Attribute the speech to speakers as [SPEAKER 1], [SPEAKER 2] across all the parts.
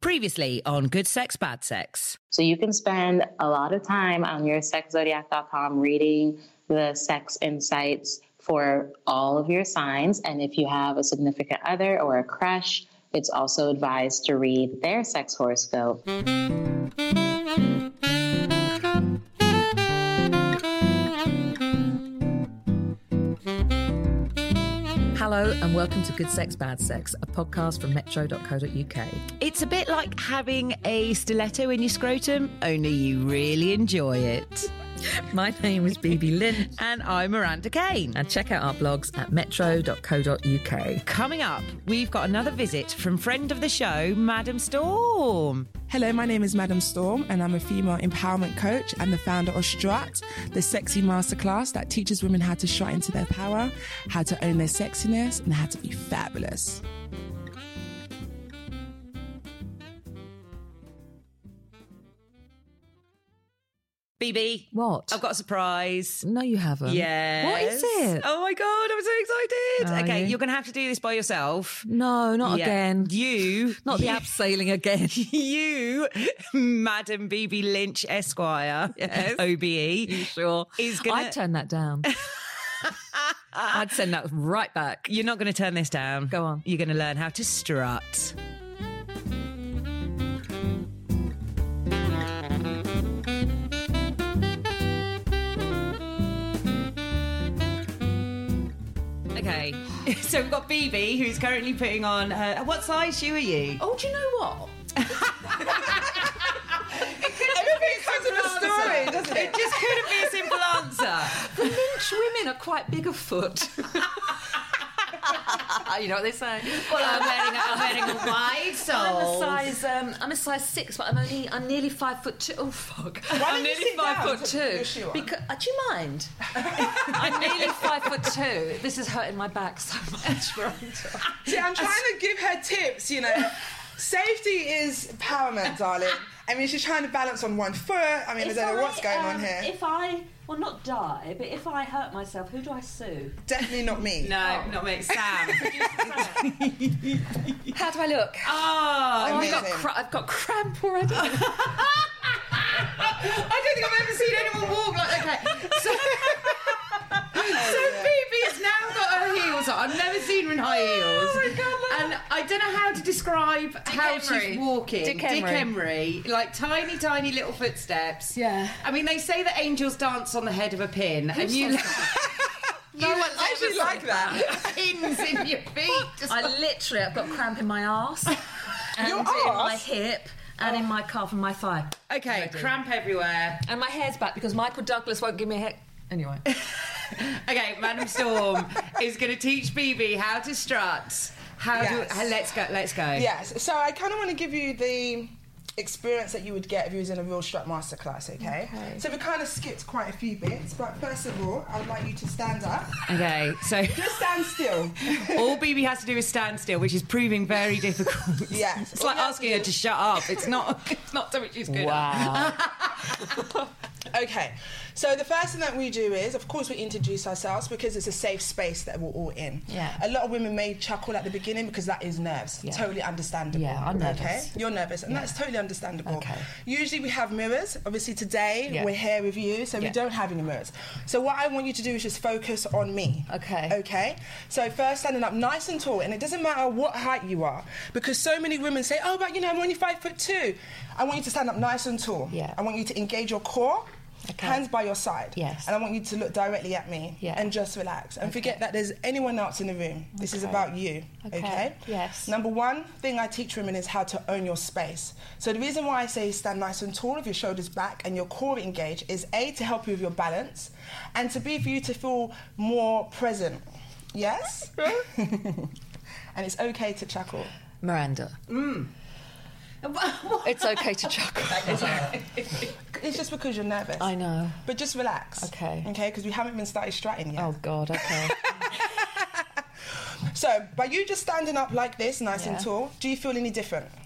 [SPEAKER 1] Previously on Good Sex, Bad Sex.
[SPEAKER 2] So you can spend a lot of time on your sexzodiac.com reading the sex insights for all of your signs. And if you have a significant other or a crush, it's also advised to read their sex horoscope.
[SPEAKER 1] Hello and welcome to Good Sex, Bad Sex, a podcast from metro.co.uk. It's a bit like having a stiletto in your scrotum, only you really enjoy it.
[SPEAKER 3] My name is BB Lynn,
[SPEAKER 1] And I'm Miranda Kane.
[SPEAKER 3] and check out our blogs at metro.co.uk.
[SPEAKER 1] Coming up, we've got another visit from friend of the show, Madam Storm.
[SPEAKER 4] Hello, my name is Madam Storm, and I'm a female empowerment coach and the founder of Strut, the sexy masterclass that teaches women how to strut into their power, how to own their sexiness, and how to be fabulous.
[SPEAKER 1] BB,
[SPEAKER 3] What?
[SPEAKER 1] I've got a surprise.
[SPEAKER 3] No, you haven't.
[SPEAKER 1] Yes.
[SPEAKER 3] What is it?
[SPEAKER 1] Oh my God, I'm so excited.
[SPEAKER 3] Are
[SPEAKER 1] okay,
[SPEAKER 3] you?
[SPEAKER 1] you're going to have to do this by yourself.
[SPEAKER 3] No, not
[SPEAKER 1] Yeah.
[SPEAKER 3] again.
[SPEAKER 1] You.
[SPEAKER 3] Not the
[SPEAKER 1] you-
[SPEAKER 3] abseiling again.
[SPEAKER 1] you, Madam BB Lynch Esquire, E. OBE,
[SPEAKER 3] sure.
[SPEAKER 1] is gonna.
[SPEAKER 3] I'd turn that down. I'd send that right back.
[SPEAKER 1] You're not going to turn this down.
[SPEAKER 3] Go on.
[SPEAKER 1] You're going to learn how to strut. Okay, so we've got BB who's currently putting on her. What size shoe are you?
[SPEAKER 3] Oh, do you know what?
[SPEAKER 1] Everything comes with a story, doesn't it? It just couldn't be a simple answer.
[SPEAKER 3] The Lynch women are quite big of foot. you know what they say.
[SPEAKER 1] Well, I'm wearing, a- I'm wearing a wide
[SPEAKER 3] I'm a
[SPEAKER 1] sole.
[SPEAKER 3] size um, I'm a size six, but I'm only I'm nearly five foot two. Oh fuck! I'm
[SPEAKER 4] don't you
[SPEAKER 3] nearly
[SPEAKER 4] sit
[SPEAKER 3] five
[SPEAKER 4] down
[SPEAKER 3] foot
[SPEAKER 4] to put
[SPEAKER 3] two.
[SPEAKER 4] your shoe on?
[SPEAKER 3] Because uh, do you mind? I'm nearly five foot two. This is hurting my back so much. Veronica.
[SPEAKER 4] See, I'm trying to give her tips, you know. Safety is empowerment, darling. I mean, she's trying to balance on one foot. I mean, I don't know what's going
[SPEAKER 5] um,
[SPEAKER 4] on here.
[SPEAKER 5] If I, well, not die, but if I hurt myself, who do I sue?
[SPEAKER 4] Definitely not me.
[SPEAKER 1] No, not me, Sam.
[SPEAKER 3] How do I look?
[SPEAKER 1] Oh,
[SPEAKER 3] Oh, I've got
[SPEAKER 4] amazing.
[SPEAKER 3] cra- I've got cramp already.
[SPEAKER 1] I don't think I've ever seen anyone walk like that. Okay. So, so Phoebe has now got her heels on. I've never seen her in high heels. Oh my god! And I don't know how to describe how she's
[SPEAKER 3] Emery.
[SPEAKER 1] walking.
[SPEAKER 3] Dick Emery.
[SPEAKER 1] like tiny, tiny little footsteps.
[SPEAKER 3] Yeah.
[SPEAKER 1] I mean, they say that angels dance on the head of a pin, and you. No you one's
[SPEAKER 4] I actually like that.
[SPEAKER 1] pins in your feet.
[SPEAKER 3] I literally I've got cramp in my arse and
[SPEAKER 4] Your
[SPEAKER 3] in my
[SPEAKER 4] arse?
[SPEAKER 3] hip and in my calf and my thigh
[SPEAKER 1] Okay, cramp everywhere.
[SPEAKER 3] and my hair's back because Michael Douglas won't give me a hair. Anyway,
[SPEAKER 1] Okay, Madam Storm is going to teach BB how to strut. How
[SPEAKER 4] Yes.
[SPEAKER 1] do? Let's go. Let's go.
[SPEAKER 4] Yes. So I kind of want to give you the experience that you would get if you was in a real strut masterclass, okay? okay? So we kind of skipped quite a few bits, but first of all, I would like you to stand up.
[SPEAKER 1] Okay. So
[SPEAKER 4] Just stand still.
[SPEAKER 1] all BB has to do is stand still, which is proving very difficult.
[SPEAKER 4] Yes.
[SPEAKER 1] It's like asking her to shut up. It's not. It's not something she's good at.
[SPEAKER 4] Okay. So the first thing that we do is, of course, we introduce ourselves because it's a safe space that we're all in.
[SPEAKER 3] Yeah.
[SPEAKER 4] A lot of women may chuckle at the beginning because that is nerves. Totally understandable.
[SPEAKER 3] Yeah, I'm nervous.
[SPEAKER 4] Okay. You're nervous, and that's totally understandable.
[SPEAKER 3] Okay.
[SPEAKER 4] Usually we have mirrors. Obviously today
[SPEAKER 3] Yeah.
[SPEAKER 4] we're here with you, so we
[SPEAKER 3] Yeah.
[SPEAKER 4] don't have any mirrors. So what I want you to do is just focus on me.
[SPEAKER 3] Okay.
[SPEAKER 4] Okay. So first, standing up nice and tall, and it doesn't matter what height you are, because so many women say, "Oh, but you know, I'm only five foot two. I want you to stand up nice and tall.
[SPEAKER 3] Yeah.
[SPEAKER 4] I want you to engage your core.
[SPEAKER 3] Okay.
[SPEAKER 4] Hands by your side.
[SPEAKER 3] Yes.
[SPEAKER 4] And I want you to look directly at me.
[SPEAKER 3] Yeah.
[SPEAKER 4] And just relax. And forget that there's anyone else in the room. This is
[SPEAKER 3] Okay.
[SPEAKER 4] about you.
[SPEAKER 3] Okay.
[SPEAKER 4] Okay.
[SPEAKER 3] Yes.
[SPEAKER 4] Number one thing I teach women is how to own your space. So the reason why I say stand nice and tall with your shoulders back and your core engaged is A to help you with your balance and to B for you to feel more present. Yes? and it's okay to chuckle.
[SPEAKER 3] Miranda,
[SPEAKER 1] Mm.
[SPEAKER 3] it's okay to chuckle.
[SPEAKER 4] It's just because you're nervous.
[SPEAKER 3] I know.
[SPEAKER 4] But just relax.
[SPEAKER 3] Okay.
[SPEAKER 4] Okay, because we haven't even started strutting yet.
[SPEAKER 3] Oh God, okay.
[SPEAKER 4] So, by you just standing up like this, nice and
[SPEAKER 3] Yeah.
[SPEAKER 4] tall, do you feel any different?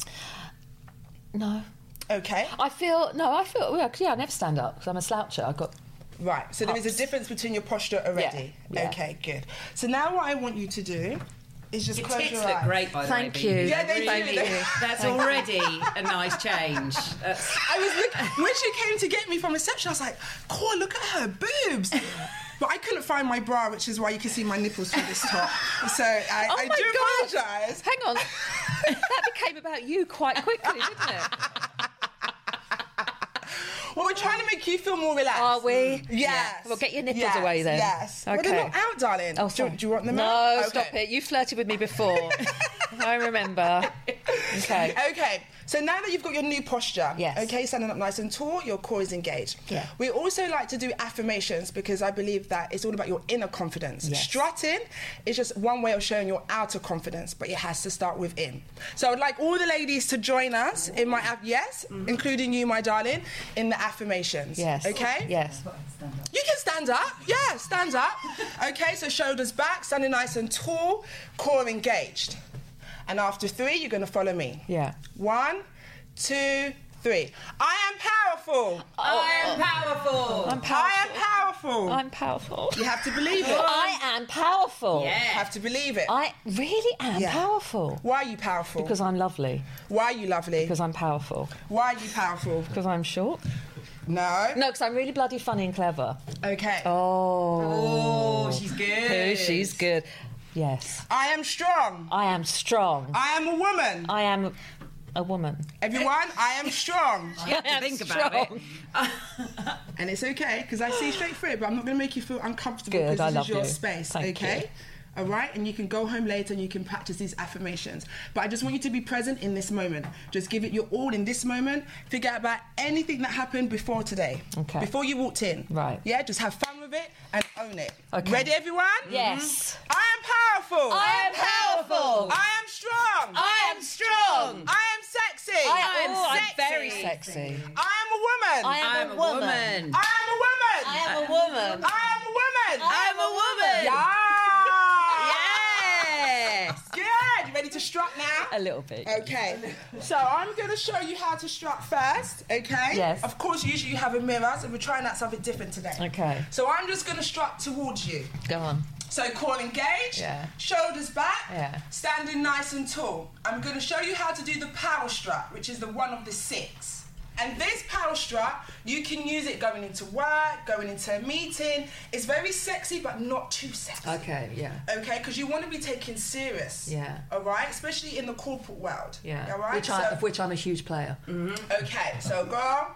[SPEAKER 3] No,
[SPEAKER 4] Okay,
[SPEAKER 3] I feel no. I feel well, yeah. I never stand up because I'm a sloucher. I got
[SPEAKER 4] right. So there is a difference between your posture already.
[SPEAKER 3] Yeah, yeah.
[SPEAKER 4] Okay, good. So now what I want you to do is just
[SPEAKER 1] Your
[SPEAKER 4] close
[SPEAKER 1] tits
[SPEAKER 4] your
[SPEAKER 1] look
[SPEAKER 4] eyes.
[SPEAKER 1] great, by the way.
[SPEAKER 6] Thank
[SPEAKER 1] Bea.
[SPEAKER 6] you.
[SPEAKER 4] Yeah, they
[SPEAKER 1] Really
[SPEAKER 4] do.
[SPEAKER 1] do.
[SPEAKER 4] They-
[SPEAKER 1] That's already a nice change. That's-
[SPEAKER 4] I was look- when she came to get me from reception. I was like, "Cora, look at her boobs." But I couldn't find my bra, which is why you can see my nipples through this top. So I,
[SPEAKER 3] Oh
[SPEAKER 4] I
[SPEAKER 3] my
[SPEAKER 4] do
[SPEAKER 3] God.
[SPEAKER 4] apologise.
[SPEAKER 3] Hang on. that became about you quite quickly, didn't it?
[SPEAKER 4] Well, we're trying to make you feel more relaxed.
[SPEAKER 3] Are we?
[SPEAKER 4] Yes.
[SPEAKER 3] Well, get your nipples
[SPEAKER 4] Yes,
[SPEAKER 3] away then.
[SPEAKER 4] Yes.
[SPEAKER 3] Okay.
[SPEAKER 4] Well, they're not out, darling.
[SPEAKER 3] Oh,
[SPEAKER 4] do,
[SPEAKER 3] sorry.
[SPEAKER 4] you- do you want them
[SPEAKER 3] no,
[SPEAKER 4] out?
[SPEAKER 3] stop
[SPEAKER 4] Okay.
[SPEAKER 3] it. You flirted with me before. I remember. Okay.
[SPEAKER 4] Okay. So now that you've got your new posture,
[SPEAKER 3] Yes.
[SPEAKER 4] okay, standing up nice and tall, your core is engaged.
[SPEAKER 3] Yeah.
[SPEAKER 4] We also like to do affirmations because I believe that it's all about your inner confidence.
[SPEAKER 3] Yes.
[SPEAKER 4] Strutting is just one way of showing your outer confidence, but it has to start within. So I'd like all the ladies to join us in my app, yes, including you, my darling, in the affirmations.
[SPEAKER 3] Mm-hmm. Yes.
[SPEAKER 4] Okay.
[SPEAKER 3] Yes.
[SPEAKER 4] You can stand up. Yeah, stand up. Okay, so shoulders back, standing nice and tall, core engaged. And after three, you're going to follow me.
[SPEAKER 3] Yeah.
[SPEAKER 4] One, two, three. I am powerful.
[SPEAKER 1] I am powerful.
[SPEAKER 3] I'm powerful.
[SPEAKER 4] I am powerful.
[SPEAKER 3] I'm powerful.
[SPEAKER 4] you have to believe it.
[SPEAKER 3] I am powerful.
[SPEAKER 4] You have to believe it.
[SPEAKER 3] I really am
[SPEAKER 4] Yeah.
[SPEAKER 3] powerful.
[SPEAKER 4] Why are you powerful?
[SPEAKER 3] Because I'm lovely.
[SPEAKER 4] Why are you lovely?
[SPEAKER 3] Because I'm powerful.
[SPEAKER 4] Why are you powerful?
[SPEAKER 3] Because I'm short.
[SPEAKER 4] No.
[SPEAKER 3] No, because I'm really bloody funny and clever.
[SPEAKER 4] Okay.
[SPEAKER 3] Oh.
[SPEAKER 1] Oh, she's good.
[SPEAKER 3] Oh, she's good. Yes.
[SPEAKER 4] I am strong.
[SPEAKER 3] I am strong.
[SPEAKER 4] I am a woman.
[SPEAKER 3] I am a woman.
[SPEAKER 4] Everyone, I am strong.
[SPEAKER 1] You have
[SPEAKER 3] I
[SPEAKER 1] to
[SPEAKER 3] am
[SPEAKER 1] think about it.
[SPEAKER 3] strong.
[SPEAKER 4] And it's okay because I see straight through it, but I'm not going to make you feel uncomfortable
[SPEAKER 3] Good,
[SPEAKER 4] because
[SPEAKER 3] I
[SPEAKER 4] this
[SPEAKER 3] love
[SPEAKER 4] is your
[SPEAKER 3] you.
[SPEAKER 4] space,
[SPEAKER 3] Thank
[SPEAKER 4] okay?
[SPEAKER 3] you.
[SPEAKER 4] All right, and you can go home later and you can practice these affirmations. But I just want you to be present in this moment. Just give it your all in this moment. Forget about anything that happened before today.
[SPEAKER 3] Okay.
[SPEAKER 4] Before you walked in.
[SPEAKER 3] Right.
[SPEAKER 4] Yeah, just have fun with it and own it.
[SPEAKER 3] Okay.
[SPEAKER 4] Ready, everyone?
[SPEAKER 3] Yes.
[SPEAKER 4] I am
[SPEAKER 3] Mm-hmm.
[SPEAKER 4] powerful.
[SPEAKER 3] I am powerful.
[SPEAKER 4] I am strong.
[SPEAKER 3] I am strong.
[SPEAKER 4] I am sexy.
[SPEAKER 3] I am Oh,
[SPEAKER 4] I am sexy.
[SPEAKER 3] very sexy.
[SPEAKER 4] I am a woman.
[SPEAKER 3] I am,
[SPEAKER 1] I'm
[SPEAKER 3] a
[SPEAKER 1] a
[SPEAKER 3] woman.
[SPEAKER 1] woman.
[SPEAKER 4] I am a woman.
[SPEAKER 3] I am a woman.
[SPEAKER 4] I am a woman.
[SPEAKER 1] I'm a woman.
[SPEAKER 4] Yeah.
[SPEAKER 1] Yes.
[SPEAKER 4] Good. You ready to strut now?
[SPEAKER 3] A little bit.
[SPEAKER 4] Okay. So I'm going to show you how to strut first. Okay.
[SPEAKER 3] Yes.
[SPEAKER 4] Of course, usually you have a mirror, so we're trying out something different today.
[SPEAKER 3] Okay.
[SPEAKER 4] So I'm just going to strut towards you.
[SPEAKER 3] Go on.
[SPEAKER 4] So core engaged.
[SPEAKER 3] Yeah.
[SPEAKER 4] Shoulders back.
[SPEAKER 3] Yeah.
[SPEAKER 4] Standing nice and tall. I'm going to show you how to do the power strut, which is the one of the six. And this power strut, you can use it going into work, going into a meeting. It's very sexy, but not too sexy
[SPEAKER 3] Okay. Yeah.
[SPEAKER 4] okay? Because you want to be taken serious.
[SPEAKER 3] Yeah.
[SPEAKER 4] All right, especially in the corporate world.
[SPEAKER 3] Yeah.
[SPEAKER 4] All right.
[SPEAKER 3] Which I,
[SPEAKER 4] so,
[SPEAKER 3] of which I'm a huge player.
[SPEAKER 4] okay, so girl,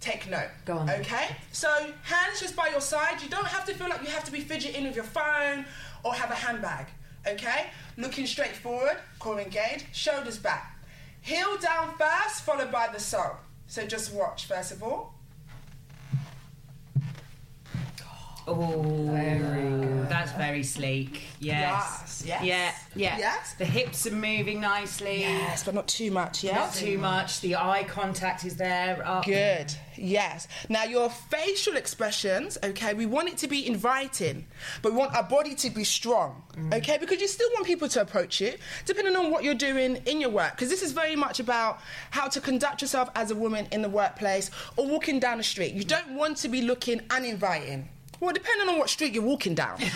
[SPEAKER 4] take note.
[SPEAKER 3] Go on.
[SPEAKER 4] Okay. So hands just by your side. You don't have to feel like you have to be fidgeting with your phone or have a handbag. Okay. Looking straight forward, core engaged, shoulders back, heel down first, followed by the sole. So just watch first of all.
[SPEAKER 1] Oh, very good. That's very sleek. Yes.
[SPEAKER 4] Yes, yes.
[SPEAKER 1] Yeah. Yeah.
[SPEAKER 4] Yes.
[SPEAKER 1] The hips are moving nicely.
[SPEAKER 4] Yes, but not too much. Yeah.
[SPEAKER 1] Not too much. The eye contact is there. Up.
[SPEAKER 4] Good. Yes. Now your facial expressions, okay, we want it to be inviting, but we want our body to be strong, okay? Because you still want people to approach you, depending on what you're doing in your work. Because this is very much about how to conduct yourself as a woman in the workplace or walking down the street. You don't want to be looking uninviting. Well, depending on what street you're walking down. okay,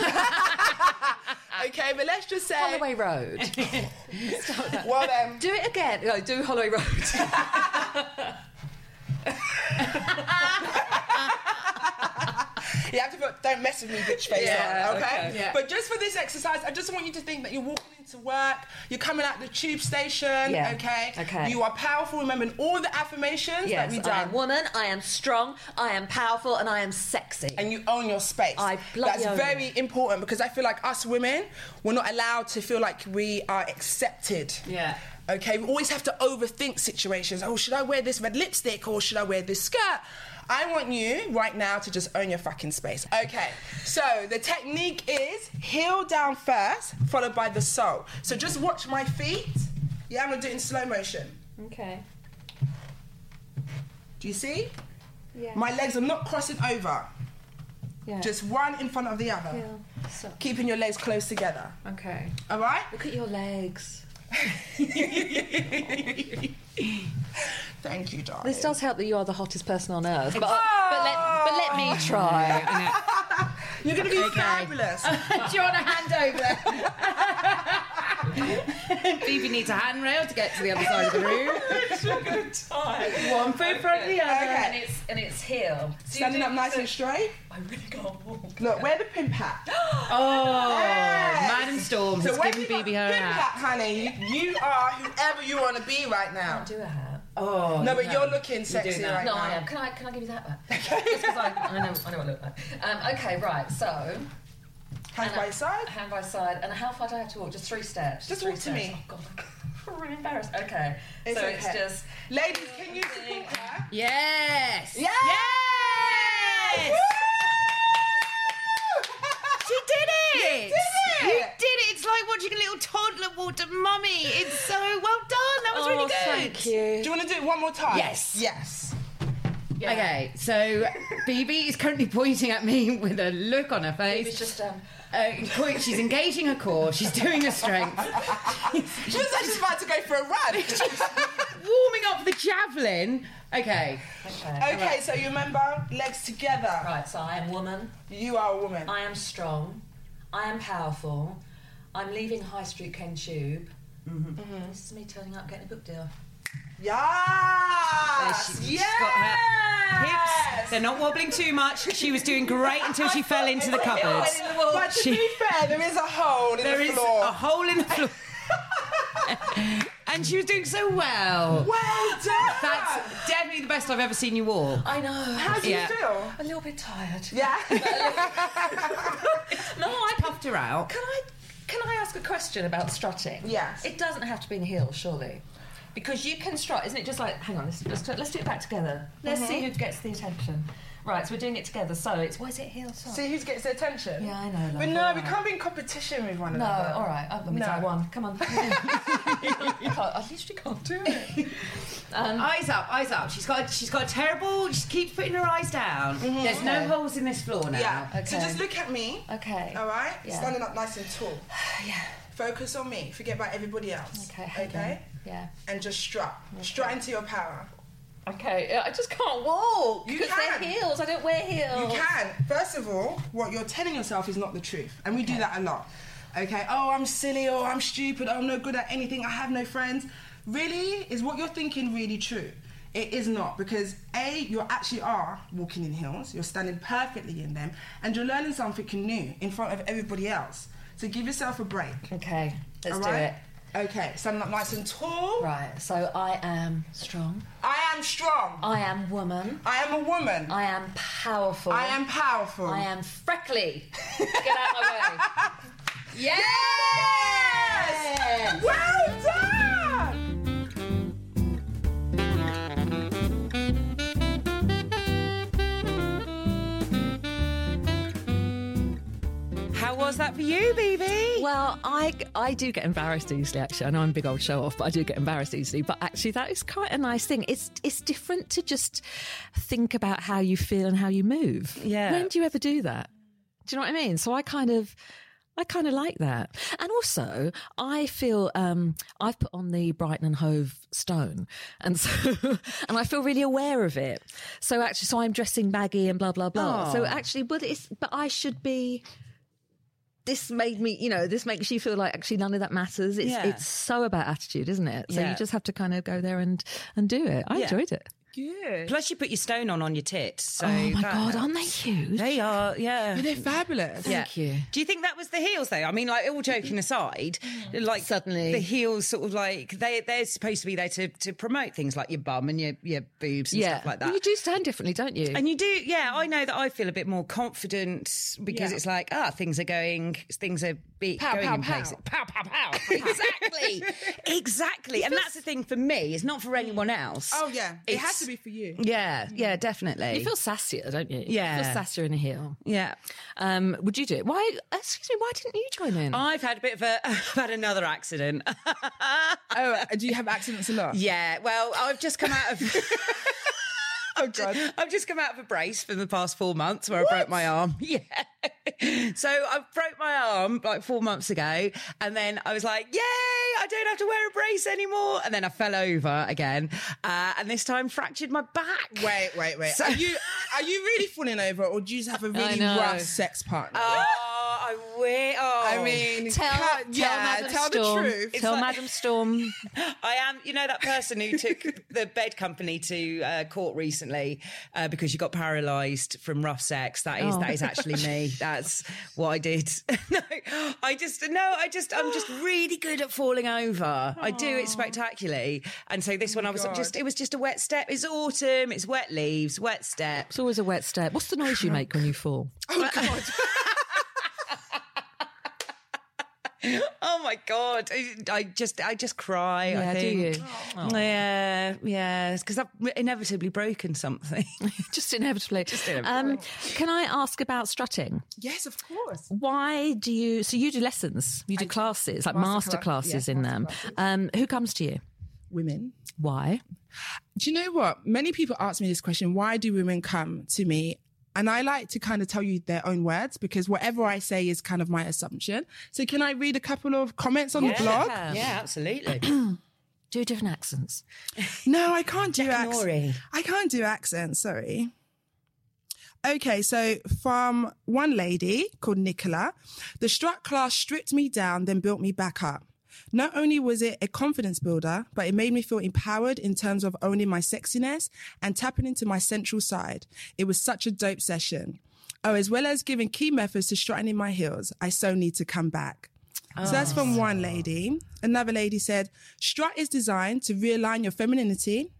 [SPEAKER 4] but let's just say.
[SPEAKER 3] Holloway Road.
[SPEAKER 4] Well then.
[SPEAKER 3] do it again. No, do Holloway Road.
[SPEAKER 4] You have to put don't mess with me, bitch face
[SPEAKER 3] Yeah,
[SPEAKER 4] on, okay?
[SPEAKER 3] okay.
[SPEAKER 1] Yeah.
[SPEAKER 4] But just for this exercise, I just want you to think that you're walking into work, you're coming out the tube station,
[SPEAKER 3] Yeah,
[SPEAKER 4] okay?
[SPEAKER 3] okay.
[SPEAKER 4] You are powerful, remembering all the affirmations that
[SPEAKER 3] yes.
[SPEAKER 4] we've
[SPEAKER 3] I
[SPEAKER 4] done.
[SPEAKER 3] am woman. I am strong. I am powerful, and I am sexy.
[SPEAKER 4] and you own your space.
[SPEAKER 3] I bloody
[SPEAKER 4] That's
[SPEAKER 3] own
[SPEAKER 4] very important because I feel like us women, we're not allowed to feel like we are accepted.
[SPEAKER 1] Yeah.
[SPEAKER 4] Okay, we always have to overthink situations. Oh, should I wear this red lipstick or should I wear this skirt? I want you right now to just own your fucking space. Okay, so the technique is heel down first, followed by the sole. So just watch my feet. Yeah, I'm gonna do it in slow motion.
[SPEAKER 6] Okay.
[SPEAKER 4] Do you see?
[SPEAKER 6] Yeah.
[SPEAKER 4] My legs are not crossing over,
[SPEAKER 6] yeah.
[SPEAKER 4] just one in front of the other,
[SPEAKER 6] Yeah. So,
[SPEAKER 4] keeping your legs close together.
[SPEAKER 6] okay.
[SPEAKER 4] All right?
[SPEAKER 6] Look at your legs.
[SPEAKER 4] Thank you, darling.
[SPEAKER 3] This does help that you are the hottest person on earth, but, but, let, but let me try.
[SPEAKER 4] You're gonna be fabulous.
[SPEAKER 1] Do you want a hand over? Phoebe needs a handrail to get to the other side of the room. One foot in front of the other.
[SPEAKER 4] Okay.
[SPEAKER 5] And it's and it's here. So you
[SPEAKER 4] Standing
[SPEAKER 5] do-
[SPEAKER 4] up nice and straight.
[SPEAKER 5] I really can't walk.
[SPEAKER 4] Look, where the pimp hat?
[SPEAKER 1] Oh,
[SPEAKER 4] Yes.
[SPEAKER 1] Madam Storm has
[SPEAKER 4] when
[SPEAKER 1] given
[SPEAKER 4] you got
[SPEAKER 1] Phoebe her
[SPEAKER 4] pimp
[SPEAKER 1] hat.
[SPEAKER 4] hat, honey, you are whoever you want to be right now.
[SPEAKER 5] Do a hat.
[SPEAKER 1] Oh,
[SPEAKER 4] No, but you're looking sexy
[SPEAKER 1] that.
[SPEAKER 4] right
[SPEAKER 5] No,
[SPEAKER 4] now.
[SPEAKER 5] I am. Can I can I give you that back? Just 'cause I, I know I know what I look like. Um, okay, right. So
[SPEAKER 4] Hands by your side.
[SPEAKER 5] hand by side, and how far do I have to walk? Just three steps.
[SPEAKER 4] Just
[SPEAKER 5] three
[SPEAKER 4] walk to
[SPEAKER 5] steps.
[SPEAKER 4] me.
[SPEAKER 5] Oh god, I'm really embarrassed. Okay,
[SPEAKER 4] It's
[SPEAKER 5] so it's
[SPEAKER 4] okay.
[SPEAKER 5] just
[SPEAKER 4] Ladies, can you support her?
[SPEAKER 1] Yes.
[SPEAKER 4] Yes!
[SPEAKER 1] Yes. She did it. You did
[SPEAKER 4] it!
[SPEAKER 1] You did it. It's like watching a little toddler walk to mummy. It's so well done. That was really good.
[SPEAKER 6] thank you.
[SPEAKER 4] Do Oh, you want to do it one more time?
[SPEAKER 1] Yes.
[SPEAKER 4] Yes.
[SPEAKER 1] Okay, so Phoebe is currently pointing at me with a look on her
[SPEAKER 5] it's
[SPEAKER 1] face.
[SPEAKER 5] just um.
[SPEAKER 1] Uh, qu- she's engaging her core. She's doing her strength.
[SPEAKER 4] She looks like she's about to go for a run.
[SPEAKER 1] warming up the javelin. Okay.
[SPEAKER 5] Okay.
[SPEAKER 4] okay, so you remember legs together.
[SPEAKER 5] Right. So I am woman.
[SPEAKER 4] You are a woman.
[SPEAKER 5] I am strong. I am powerful. I'm leaving High Street Ken Tube.
[SPEAKER 4] Mm-hmm.
[SPEAKER 5] This is me turning up, getting a book deal.
[SPEAKER 4] Yes.
[SPEAKER 1] There she- she's
[SPEAKER 4] yes.
[SPEAKER 1] got her Hips. They're not wobbling too much. She was doing great until she fell into the
[SPEAKER 4] Oh,
[SPEAKER 1] cupboard.
[SPEAKER 4] But to
[SPEAKER 1] She-
[SPEAKER 4] be fair, there is a hole in
[SPEAKER 1] There
[SPEAKER 4] the
[SPEAKER 1] is
[SPEAKER 4] floor.
[SPEAKER 1] a hole in the floor. and she was doing so well.
[SPEAKER 4] Well done.
[SPEAKER 1] That's definitely the best I've ever seen you walk.
[SPEAKER 5] I know.
[SPEAKER 4] How do
[SPEAKER 1] yeah.
[SPEAKER 4] you feel?
[SPEAKER 5] A little bit tired.
[SPEAKER 4] Yeah.
[SPEAKER 1] No, I puffed her out.
[SPEAKER 5] Can I can I ask a question about strutting?
[SPEAKER 4] Yes.
[SPEAKER 5] It doesn't have to be in heels, surely. Because you can strut, isn't it? Just like, hang on, let's, let's, do, let's do it back together. Let's
[SPEAKER 4] Mm-hmm.
[SPEAKER 5] see who gets the attention. Right, so we're doing it together. So it's why is it heels? socks?
[SPEAKER 4] See who gets the attention.
[SPEAKER 5] Yeah, I know, love,
[SPEAKER 4] But no, we
[SPEAKER 5] alright.
[SPEAKER 4] can't be in competition with one
[SPEAKER 5] No,
[SPEAKER 4] another.
[SPEAKER 5] all right. Oh, I mean,
[SPEAKER 4] No.
[SPEAKER 5] I won. Come on. I can't- I literally can't do it. Um,
[SPEAKER 1] Eyes up, eyes up. She's got she's got a terrible she keeps putting her eyes down. There's no holes in this floor now.
[SPEAKER 4] Mm-hmm. Yeah. So
[SPEAKER 5] Okay.
[SPEAKER 4] just look at me.
[SPEAKER 5] Okay.
[SPEAKER 4] All right.
[SPEAKER 5] Yeah.
[SPEAKER 4] Standing up nice and tall.
[SPEAKER 5] Yeah.
[SPEAKER 4] Focus on me. Forget about everybody else.
[SPEAKER 5] Okay. hang
[SPEAKER 4] Okay.
[SPEAKER 5] on. Yeah.
[SPEAKER 4] And just strut. Strut into your power.
[SPEAKER 5] Okay. I just can't walk
[SPEAKER 4] You
[SPEAKER 5] because they're
[SPEAKER 4] can.
[SPEAKER 5] heels. I don't wear heels.
[SPEAKER 4] You can. First of all, what you're telling yourself is not the truth, and we do that a lot. Okay. Oh, I'm silly. Or I'm stupid. Or I'm no good at anything. I have no friends. Really, is what you're thinking really true? It is not because a you actually are walking in heels. You're standing perfectly in them, and you're learning something new in front of everybody else. So give yourself a break.
[SPEAKER 5] Okay. Let's
[SPEAKER 4] all
[SPEAKER 5] do
[SPEAKER 4] right?
[SPEAKER 5] it.
[SPEAKER 4] Okay. Standing up nice and tall.
[SPEAKER 5] Right. So I am strong.
[SPEAKER 4] I am strong.
[SPEAKER 5] I am woman.
[SPEAKER 4] I am a woman.
[SPEAKER 5] I am powerful.
[SPEAKER 4] I am powerful.
[SPEAKER 5] I am freckly. Get out of my way.
[SPEAKER 4] Yes! Well done!
[SPEAKER 1] How was that for you, BB?
[SPEAKER 3] Well, I I do get embarrassed easily. Actually, I know I'm a big old show off, but I do get embarrassed easily. But actually, that is quite a nice thing. It's it's different to just think about how you feel and how you move.
[SPEAKER 1] Yeah.
[SPEAKER 3] When do you ever do that? Do you know what I mean? So I kind of. I kind of like that, and also I feel um, I've put on the Brighton and Hove stone, and so and I feel really aware of it. So actually, so I'm dressing baggy and blah blah blah. So actually, but it's but I should be this made me, you know, this makes you feel like actually none of that matters. It's
[SPEAKER 1] Yeah.
[SPEAKER 3] it's so about attitude, isn't it? So
[SPEAKER 1] Yeah.
[SPEAKER 3] you just have to kind of go there and and do it. I
[SPEAKER 1] Yeah.
[SPEAKER 3] enjoyed it.
[SPEAKER 1] Plus you put your stone on on your tits. So
[SPEAKER 3] Oh my god, aren't they huge?
[SPEAKER 1] They are, yeah.
[SPEAKER 4] They're fabulous.
[SPEAKER 3] Thank you.
[SPEAKER 1] Do you think that was the heels though? I mean, like all joking aside, like
[SPEAKER 3] Suddenly.
[SPEAKER 1] the heels sort of like they they're supposed to be there to, to promote things like your bum and your, your boobs and
[SPEAKER 3] Yeah,
[SPEAKER 1] stuff like that.
[SPEAKER 3] Well, you do stand differently, don't you?
[SPEAKER 1] and you do, yeah. I know that I feel a bit more confident because
[SPEAKER 4] Yeah.
[SPEAKER 1] it's like, ah, things are going, things are be, going
[SPEAKER 4] pow,
[SPEAKER 1] in
[SPEAKER 4] pow.
[SPEAKER 1] places. Pow, pow, pow. exactly, exactly. And that's the thing for me. It's not for anyone else.
[SPEAKER 4] Oh, yeah. It
[SPEAKER 1] It's-
[SPEAKER 4] has to be for you.
[SPEAKER 1] Yeah, yeah, definitely.
[SPEAKER 3] You feel sassier, don't you? you
[SPEAKER 1] Yeah.
[SPEAKER 3] feel sassier in a heel.
[SPEAKER 1] yeah.
[SPEAKER 3] Um, would you do it? Why? Excuse me. Why didn't you join in?
[SPEAKER 1] I've had a bit of a, I've had another accident.
[SPEAKER 4] Oh, uh, do you have accidents a lot?
[SPEAKER 1] Yeah, well, I've just come out of. I've,
[SPEAKER 4] God.
[SPEAKER 1] just, I've just come out of a brace for the past four months where I broke my arm. Yeah. So I broke my arm like four months ago. And then I was like, yay, I don't have to wear a brace anymore. And then I fell over again. Uh, and this time fractured my back.
[SPEAKER 4] Wait, wait, wait. are you are you really falling over, or do you just have a really
[SPEAKER 3] know.
[SPEAKER 4] rough sex partner?
[SPEAKER 1] Oh, I
[SPEAKER 7] way. Oh,
[SPEAKER 4] I mean,
[SPEAKER 3] Tell-
[SPEAKER 4] cat-
[SPEAKER 3] tell
[SPEAKER 4] yeah,
[SPEAKER 3] Madam
[SPEAKER 4] tell the
[SPEAKER 3] Storm.
[SPEAKER 4] truth.
[SPEAKER 7] It's
[SPEAKER 3] Tell
[SPEAKER 7] like-
[SPEAKER 3] Madam Storm.
[SPEAKER 7] I am, you know, that person who took the bed company to uh, court recently uh, because you got paralysed from rough sex. That is,
[SPEAKER 3] Oh.
[SPEAKER 7] that is actually me. That's what I did. no, I just, no, I just, I'm just really good at falling over. I do it spectacularly. And so this one, I was just, it was just a wet step. It's autumn. It's wet leaves, wet steps.
[SPEAKER 3] It's always a wet step. What's the noise you make when you fall?
[SPEAKER 7] Oh my god! I, I just, I just cry. I
[SPEAKER 3] Yeah, do
[SPEAKER 7] think. Oh.
[SPEAKER 3] you?
[SPEAKER 7] Yeah, yeah, because I've inevitably broken something.
[SPEAKER 3] Just inevitably. Just inevitably. Um, can I ask about strutting?
[SPEAKER 4] Yes, of course.
[SPEAKER 3] Why do you? So you do lessons, you do classes, like master, classes in them. Um, who comes to you?
[SPEAKER 4] Women.
[SPEAKER 3] Why?
[SPEAKER 4] Do you know what? Many people ask me this question why do women come to me? And I like to kind of tell you their own words because whatever I say is kind of my assumption. So, can I read a couple of comments on the blog?
[SPEAKER 7] yeah, absolutely.
[SPEAKER 3] Do different accents.
[SPEAKER 4] No, I can't
[SPEAKER 7] Nori.
[SPEAKER 4] do accents. I can't do accents, sorry. Okay, so from one lady called Nicola, the strut class stripped me down, then built me back up. Not only was it a confidence builder, but it made me feel empowered in terms of owning my sexiness and tapping into my central side. It was such a dope session. Oh, as well as giving key methods to strutting in my heels, I so need to come back. So that's from one lady. Another lady said, Strut is designed to realign your femininity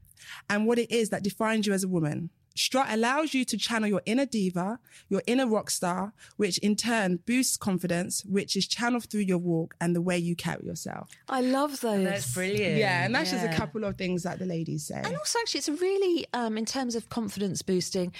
[SPEAKER 4] and what it is that defines you as a woman. Strut allows you to channel your inner diva, your inner rock star, which in turn boosts confidence, which is channeled through your walk and the way you carry yourself.
[SPEAKER 3] I love those.
[SPEAKER 7] That's brilliant.
[SPEAKER 4] Yeah, and that's just a couple of things that the ladies say.
[SPEAKER 3] And also, actually, it's a really, um, in terms of confidence boosting,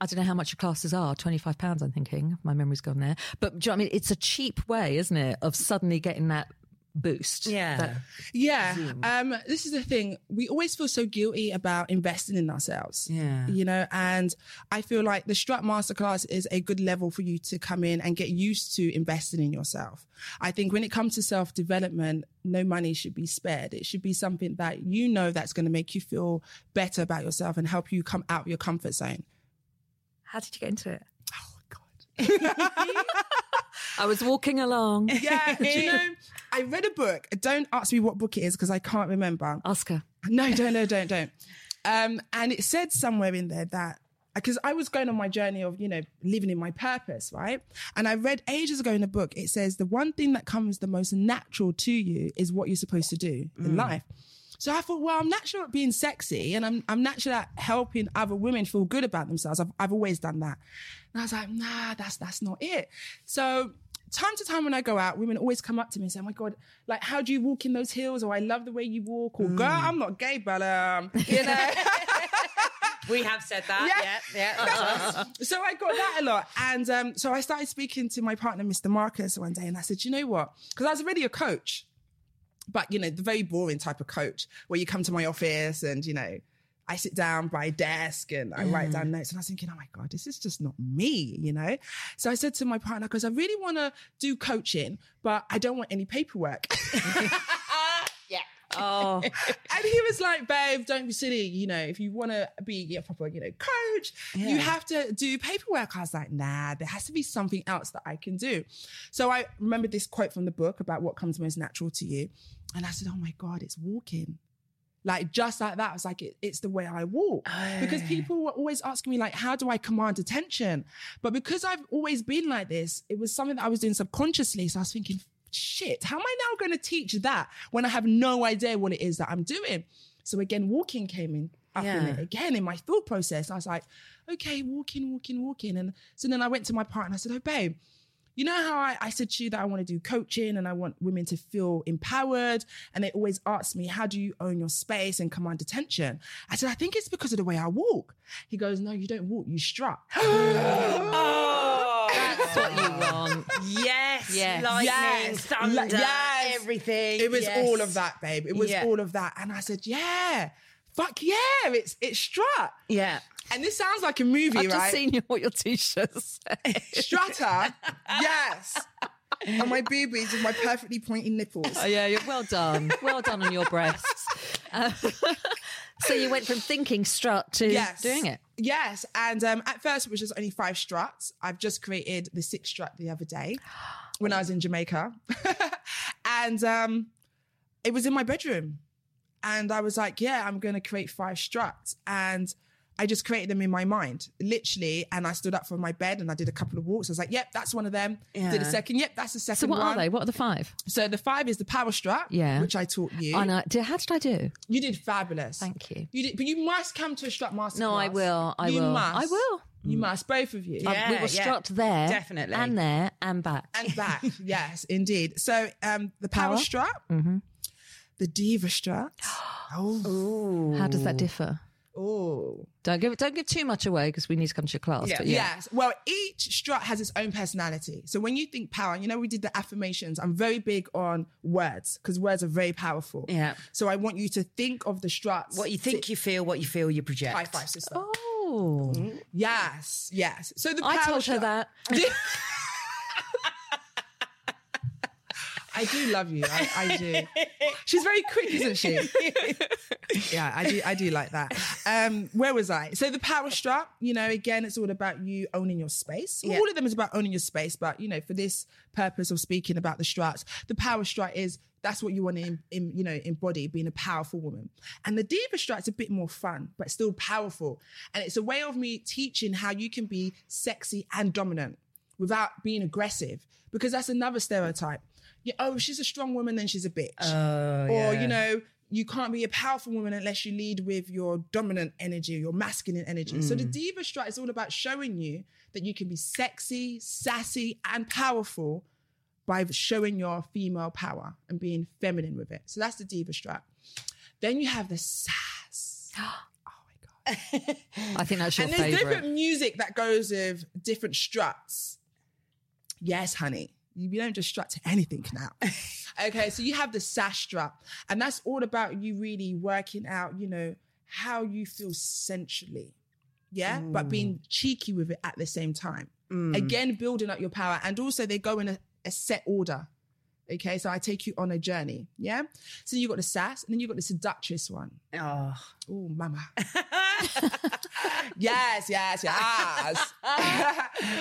[SPEAKER 3] I don't know how much your classes are, £25, I'm thinking. My memory's gone there. But do you know what I mean? It's a cheap way, isn't it, of suddenly getting that boost.
[SPEAKER 7] Yeah.
[SPEAKER 3] That-
[SPEAKER 4] Yeah. Um, this is the thing. We always feel so guilty about investing in ourselves.
[SPEAKER 7] Yeah.
[SPEAKER 4] You know, and I feel like the strut masterclass is a good level for you to come in and get used to investing in yourself. I think when it comes to self development, no money should be spared. It should be something that you know that's going to make you feel better about yourself and help you come out of your comfort zone.
[SPEAKER 3] How did you get into it? I was walking along.
[SPEAKER 4] Yeah. do you know, I read a book. Don't ask me what book it is because I can't remember.
[SPEAKER 3] Ask her.
[SPEAKER 4] No, don't, no, don't, don't. Um, and it said somewhere in there that because I was going on my journey of you know living in my purpose, right? And I read ages ago in a book. It says the one thing that comes the most natural to you is what you're supposed to do in life. So I thought, well, I'm natural at being sexy, and I'm I'm natural at helping other women feel good about themselves. I've I've always done that. And I was like, nah, that's that's not it. So time to time when I go out, women always come up to me and say, Oh my God, like how do you walk in those heels? Or I love the way you walk, or girl, I'm not gay, but um, you know.
[SPEAKER 7] We have said that. Yeah, yeah.
[SPEAKER 4] so I got that a lot. And um, so I started speaking to my partner, Mr. Marcus, one day, and I said, you know what? Because I was already a coach, but you know, the very boring type of coach where you come to my office and you know, I sit down by a desk and I write down notes. And I was thinking, oh my God, this is just not me, you know? So I said to my partner, because I really want to do coaching, but I don't want any paperwork.
[SPEAKER 3] Oh,
[SPEAKER 4] And he was like, babe, don't be silly. You know, if you want to be a proper, you know, coach, you have to do paperwork. I was like, nah, there has to be something else that I can do. So I remembered this quote from the book about what comes most natural to you. And I said, oh my God, it's walking. Like just like that, I was like, it, it's the way I walk. Because people were always asking me, like, how do I command attention? But because I've always been like this, it was something that I was doing subconsciously. So I was thinking, shit, how am I now going to teach that when I have no idea what it is that I'm doing? So again, walking came in up in it again in my thought process. I was like, okay, walking, walking, walking. And so then I went to my partner and I said, oh, babe, you know how I, I said to you that I want to do coaching and I want women to feel empowered? And they always ask me, how do you own your space and command attention? I said, I think it's because of the way I walk. He goes, no, you don't walk, you strut.
[SPEAKER 3] that's what you want.
[SPEAKER 7] Oh. Yes,
[SPEAKER 3] Yes.
[SPEAKER 7] lightning,
[SPEAKER 4] Yes.
[SPEAKER 7] thunder,
[SPEAKER 4] Li- yes.
[SPEAKER 7] everything.
[SPEAKER 4] It was
[SPEAKER 7] Yes.
[SPEAKER 4] all of that, babe. It was
[SPEAKER 7] Yeah.
[SPEAKER 4] all of that. And I said, yeah, fuck yeah, it's, it's strut.
[SPEAKER 7] Yeah.
[SPEAKER 4] And this sounds like a movie,
[SPEAKER 3] I've
[SPEAKER 4] right?
[SPEAKER 3] just seen your, what your t-shirts say.
[SPEAKER 4] Strata, yes. And my boobies with my perfectly pointy nipples.
[SPEAKER 3] Oh, yeah, yeah, well done. Well done on your breasts. Uh, so you went from thinking strut to
[SPEAKER 4] Yes.
[SPEAKER 3] doing it.
[SPEAKER 4] Yes, and um, at first it was just only five struts. I've just created the sixth strut the other day when I was in Jamaica, and um, it was in my bedroom, and I was like, "Yeah, I'm going to create five struts," and I just created them in my mind, literally. And I stood up from my bed and I did a couple of walks. I was like, "Yep, that's one of them." Did a
[SPEAKER 7] Yeah.
[SPEAKER 4] second. Yep, that's the second.
[SPEAKER 3] So what
[SPEAKER 4] one.
[SPEAKER 3] are they? What are the five?
[SPEAKER 4] So the five is the power strut,
[SPEAKER 3] Yeah.
[SPEAKER 4] which I taught you.
[SPEAKER 3] I know. Did, how did I do?
[SPEAKER 4] You did fabulous.
[SPEAKER 3] Thank you.
[SPEAKER 4] You did, but you must come to a strut master.
[SPEAKER 3] No, I will. I
[SPEAKER 4] you
[SPEAKER 3] will.
[SPEAKER 4] Must.
[SPEAKER 3] I will.
[SPEAKER 4] You must. Both of you.
[SPEAKER 7] Yeah,
[SPEAKER 3] we were
[SPEAKER 7] yeah.
[SPEAKER 3] strapped there,
[SPEAKER 7] Definitely.
[SPEAKER 3] and there and back.
[SPEAKER 4] And back. yes, indeed. So um, the power,
[SPEAKER 3] Power?
[SPEAKER 4] strut, the diva strut. oh,
[SPEAKER 3] How does that differ?
[SPEAKER 4] oh.
[SPEAKER 3] Don't give don't give too much away because we need to come to your class. but yeah.
[SPEAKER 4] Yes. Well, each strut has its own personality. So when you think power, and you know, we did the affirmations. I'm very big on words because words are very powerful.
[SPEAKER 7] Yeah.
[SPEAKER 4] So I want you to think of the struts.
[SPEAKER 7] What you think you feel, what you feel you project.
[SPEAKER 4] High five, sister.
[SPEAKER 3] Oh,
[SPEAKER 4] Yes. Yes. So the power
[SPEAKER 3] I told her
[SPEAKER 4] strut-
[SPEAKER 3] that.
[SPEAKER 4] I do love you. I, I do. She's very quick, isn't she? yeah, I do. I do like that. Um, where was I? So the power strap. You know, again, it's all about you owning your space. Well, All of them is about owning your space, but you know, for this purpose of speaking about the struts, the power strut is that's what you want to, em- em- you know, embody being a powerful woman. And the diva strut's a bit more fun, but still powerful. And it's a way of me teaching how you can be sexy and dominant without being aggressive because that's another stereotype. You, oh, if she's a strong woman, then she's a bitch. or you know, you can't be a powerful woman unless you lead with your dominant energy, your masculine energy. So the diva strut is all about showing you that you can be sexy, sassy, and powerful by showing your female power and being feminine with it. So that's the diva strut. Then you have the sass.
[SPEAKER 3] I think that's your
[SPEAKER 4] and there's
[SPEAKER 3] favourite.
[SPEAKER 4] different music that goes with different struts. Yes, honey. You you don't just strut to anything now. okay, so you have the sash strut, and that's all about you really working out, you know, how you feel sensually. Yeah, but being cheeky with it at the same time.
[SPEAKER 1] Mm.
[SPEAKER 7] Mm.
[SPEAKER 4] Again, building up your power. And also, they go in a, a set order. Okay, so I take you on a journey. Yeah. So you've got the sass, and then you've got the seductress one.
[SPEAKER 7] Oh.
[SPEAKER 4] Oh, mama. yes, yes, yes.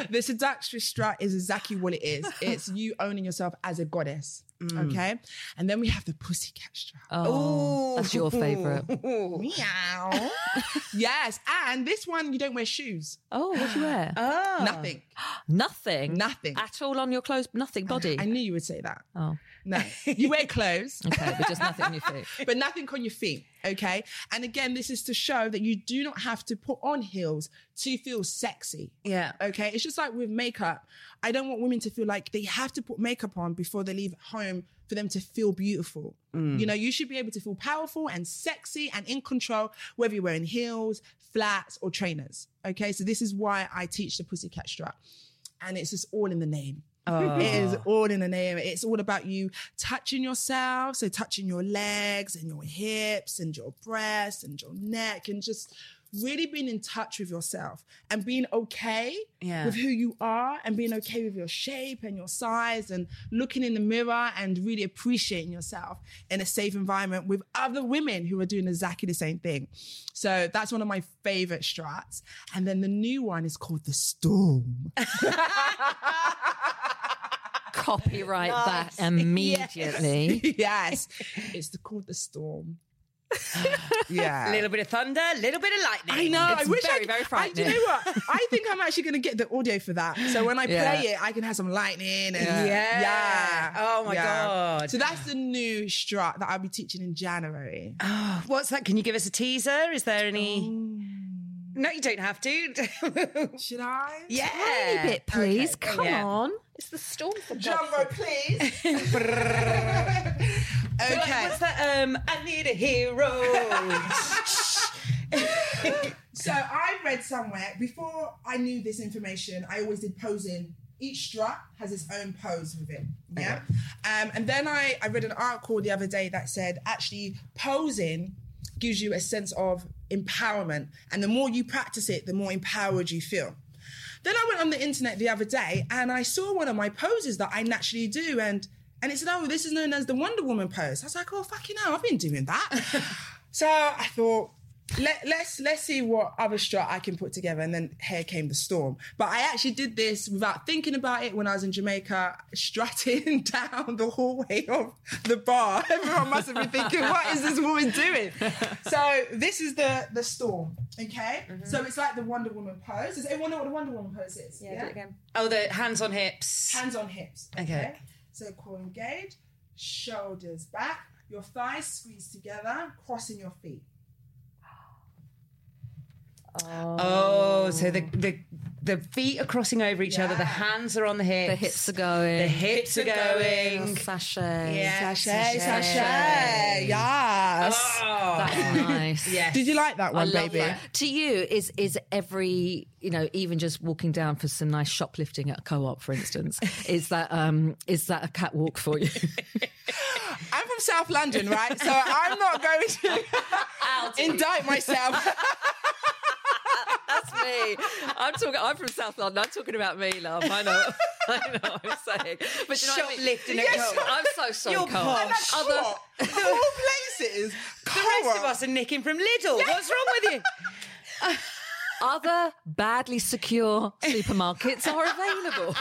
[SPEAKER 4] the seductress strut is exactly what it is. It's you owning yourself as a goddess.
[SPEAKER 7] Mm.
[SPEAKER 3] Mm.
[SPEAKER 4] Okay. And then we have the pussycat strut.
[SPEAKER 3] Oh, that's your favourite.
[SPEAKER 4] Meow. yes. And this one, you don't wear shoes.
[SPEAKER 3] Oh, what do you wear?
[SPEAKER 4] Nothing.
[SPEAKER 3] nothing.
[SPEAKER 4] Nothing.
[SPEAKER 3] at all on your clothes. Nothing body.
[SPEAKER 4] I knew you would say that.
[SPEAKER 3] oh,
[SPEAKER 4] No. You wear clothes.
[SPEAKER 3] okay, but just nothing on your feet.
[SPEAKER 4] but nothing on your feet. Okay. And again, this is to show that you do not have to put on heels to feel sexy.
[SPEAKER 7] Yeah.
[SPEAKER 4] Okay. It's just like with makeup. I don't want women to feel like they have to put makeup on before they leave home for them to feel beautiful. You know, you should be able to feel powerful and sexy and in control, whether you're wearing heels, flats, or trainers. Okay. So this is why I teach the pussycat strut. And it's just all in the name. It is all in the name. It's all about you touching yourself. So touching your legs and your hips and your breasts and your neck and just really being in touch with yourself and being okay
[SPEAKER 7] Yeah.
[SPEAKER 4] with who you are and being okay with your shape and your size and looking in the mirror and really appreciating yourself in a safe environment with other women who are doing exactly the same thing. So that's one of my favorite strats. And then the new one is called the storm.
[SPEAKER 3] Copyright that immediately.
[SPEAKER 4] yes. It's the, called the storm.
[SPEAKER 7] A
[SPEAKER 4] yeah.
[SPEAKER 7] little bit of thunder, a little bit of lightning.
[SPEAKER 4] I know.
[SPEAKER 7] It's
[SPEAKER 4] I wish
[SPEAKER 7] very,
[SPEAKER 4] I,
[SPEAKER 7] very frightening.
[SPEAKER 4] I, do you know what? I think I'm actually going to get the audio for that. So when I play it, I can have some lightning. And,
[SPEAKER 7] Yeah.
[SPEAKER 4] yeah.
[SPEAKER 7] Oh my
[SPEAKER 4] Yeah.
[SPEAKER 7] God.
[SPEAKER 4] So that's the new strut that I'll be teaching in January.
[SPEAKER 7] What's that? Can you give us a teaser? Is there any? No, you don't have to.
[SPEAKER 4] Should I?
[SPEAKER 7] yeah.
[SPEAKER 3] Tiny bit, please. Come
[SPEAKER 7] yeah.
[SPEAKER 3] on.
[SPEAKER 5] It's the storm for
[SPEAKER 4] Jumbo, please.
[SPEAKER 7] Like,
[SPEAKER 4] okay.
[SPEAKER 7] what's that? Um, I need a hero.
[SPEAKER 4] So I read somewhere before I knew this information. I always did posing. Each strut has its own pose with it. Yeah. Um, and then I, I read an article the other day that said actually posing gives you a sense of empowerment, and the more you practice it, the more empowered you feel. Then I went on the internet the other day and I saw one of my poses that I naturally do, and and it said, oh, this is known as the Wonder Woman pose. I was like, oh fucking hell, I've been doing that. So I thought, let, let's let's see what other strut I can put together. And then here came the storm. But I actually did this without thinking about it when I was in Jamaica, strutting down the hallway of the bar. Everyone must have been thinking, what is this woman doing? So this is the the storm. Okay, so it's like the Wonder Woman pose. Does everyone know what the Wonder Woman pose is? Yeah.
[SPEAKER 7] Oh, the hands on hips.
[SPEAKER 4] Hands on hips. Okay. So core engaged, shoulders back, your thighs squeezed together, crossing your feet.
[SPEAKER 7] Oh, so the, the the feet are crossing over each other. The hands are on the hips.
[SPEAKER 3] The hips are going.
[SPEAKER 7] The hips, are going.
[SPEAKER 3] Sachet.
[SPEAKER 7] Yeah,
[SPEAKER 4] Sashay, sashay. Yes.
[SPEAKER 7] Oh,
[SPEAKER 3] That's nice. yeah.
[SPEAKER 4] Did you like that
[SPEAKER 3] I
[SPEAKER 4] one,
[SPEAKER 3] love
[SPEAKER 4] baby?
[SPEAKER 3] that. To you, is is every you know, even just walking down for some nice shoplifting at a co-op, for instance, is that um is that a catwalk for you?
[SPEAKER 4] I'm from South London, right? So I'm not going to indict myself.
[SPEAKER 3] That's me. I'm talking. I'm from South London. I'm talking about me, love. I know. I know what I'm saying. But you know what I mean?
[SPEAKER 7] Shoplifting at Yes, co-op.
[SPEAKER 3] I'm so sorry.
[SPEAKER 7] You're posh.
[SPEAKER 3] Other,
[SPEAKER 4] What? Oh, Of all places.
[SPEAKER 7] the rest of us are nicking from Lidl. What's wrong with you?
[SPEAKER 3] other badly secure supermarkets are available.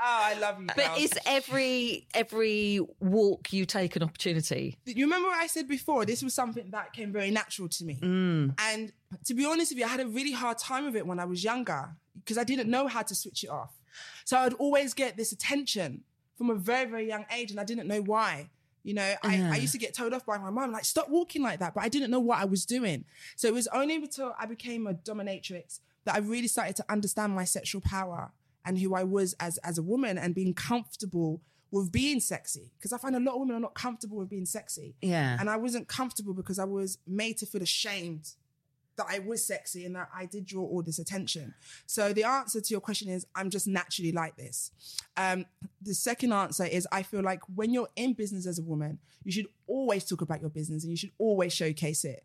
[SPEAKER 4] Oh, I love you.
[SPEAKER 3] But
[SPEAKER 4] girls.
[SPEAKER 3] is every every walk you take an opportunity?
[SPEAKER 4] you remember what I said before? This was something that came very natural to me. And to be honest with you, I had a really hard time with it when I was younger because I didn't know how to switch it off. So I would always get this attention from a very, very young age and I didn't know why. You know, I, I used to get told off by my mom, like, stop walking like that. But I didn't know what I was doing. So it was only until I became a dominatrix that I really started to understand my sexual power and who I was as, as a woman and being comfortable with being sexy. Because I find a lot of women are not comfortable with being sexy.
[SPEAKER 7] Yeah.
[SPEAKER 4] And I wasn't comfortable because I was made to feel ashamed that I was sexy and that I did draw all this attention. So the answer to your question is I'm just naturally like this. Um, the second answer is I feel like when you're in business as a woman, you should always talk about your business and you should always showcase it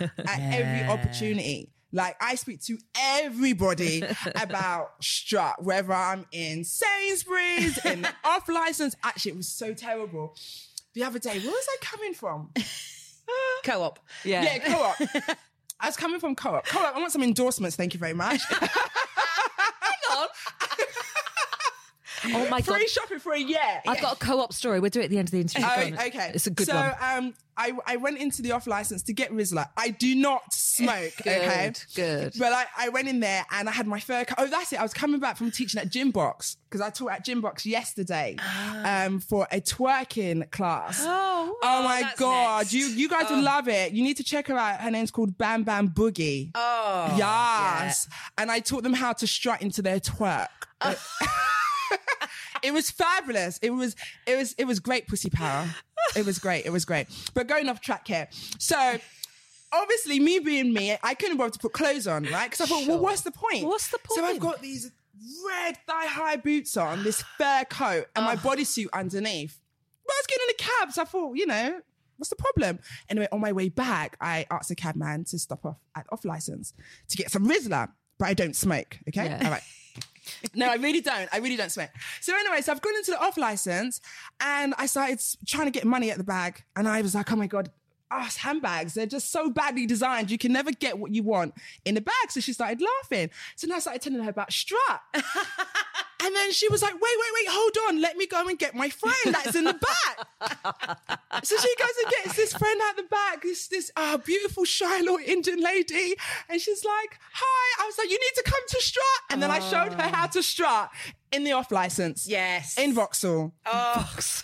[SPEAKER 4] at every opportunity. Like I speak to everybody about strut, whether I'm in Sainsbury's, in off license. Actually, it was so terrible. The other day, where was I coming from?
[SPEAKER 7] Co-op.
[SPEAKER 4] Yeah, co-op. I was coming from co-op. Co-op, I want some endorsements, thank you very much.
[SPEAKER 3] Oh my god!
[SPEAKER 4] Free shopping for a year.
[SPEAKER 3] I've got a co-op story. We'll do it at the end of the interview. Go on.
[SPEAKER 4] Oh, okay.
[SPEAKER 3] It's a good
[SPEAKER 4] so,
[SPEAKER 3] one.
[SPEAKER 4] um, I, I went into the off license to get Rizla. I do not smoke, okay?
[SPEAKER 3] good.
[SPEAKER 4] But I, I went in there and I had my fur coat. Oh, that's it. I was coming back from teaching at Gym Box because I taught at Gym Box yesterday
[SPEAKER 7] Ah.
[SPEAKER 4] um, for a twerking class. Oh, my
[SPEAKER 7] that's
[SPEAKER 4] God.
[SPEAKER 7] next. Oh.
[SPEAKER 4] You you guys will love it. You need to check her out. Her name's called Bam Bam Boogie.
[SPEAKER 7] Oh,
[SPEAKER 4] Yes. And I taught them how to strut into their twerk. it was fabulous. It was it was it was great pussy power. It was great. It was great. But going off track here. So obviously me being me, I couldn't bother to put clothes on, right? Because I thought, well, what's the point?
[SPEAKER 3] What's the
[SPEAKER 4] So I've
[SPEAKER 3] point?
[SPEAKER 4] got these red thigh-high boots on, this fur coat, and my bodysuit underneath. But I was getting in a cab, so I thought, you know, what's the problem? Anyway, on my way back, I asked the cabman to stop off at off license to get some Rizla, but I don't smoke. Okay, all right. No, I really don't. I really don't smoke. So anyway, so I've gone into the off license, and I started s- trying to get money at the bag, and I was like, oh my god. Us handbags, they're just so badly designed. You can never get what you want in the bag. So she started laughing. So now I started telling her about strut. And then she was like, wait, wait, wait, hold on. Let me go and get my friend that's in the back. so she goes and gets this friend out the back, this this uh, beautiful shy little Indian lady. And she's like, hi. I was like, you need to come to strut. And then I showed her how to strut in the off license.
[SPEAKER 7] Yes. Oh.
[SPEAKER 4] In Vauxhall.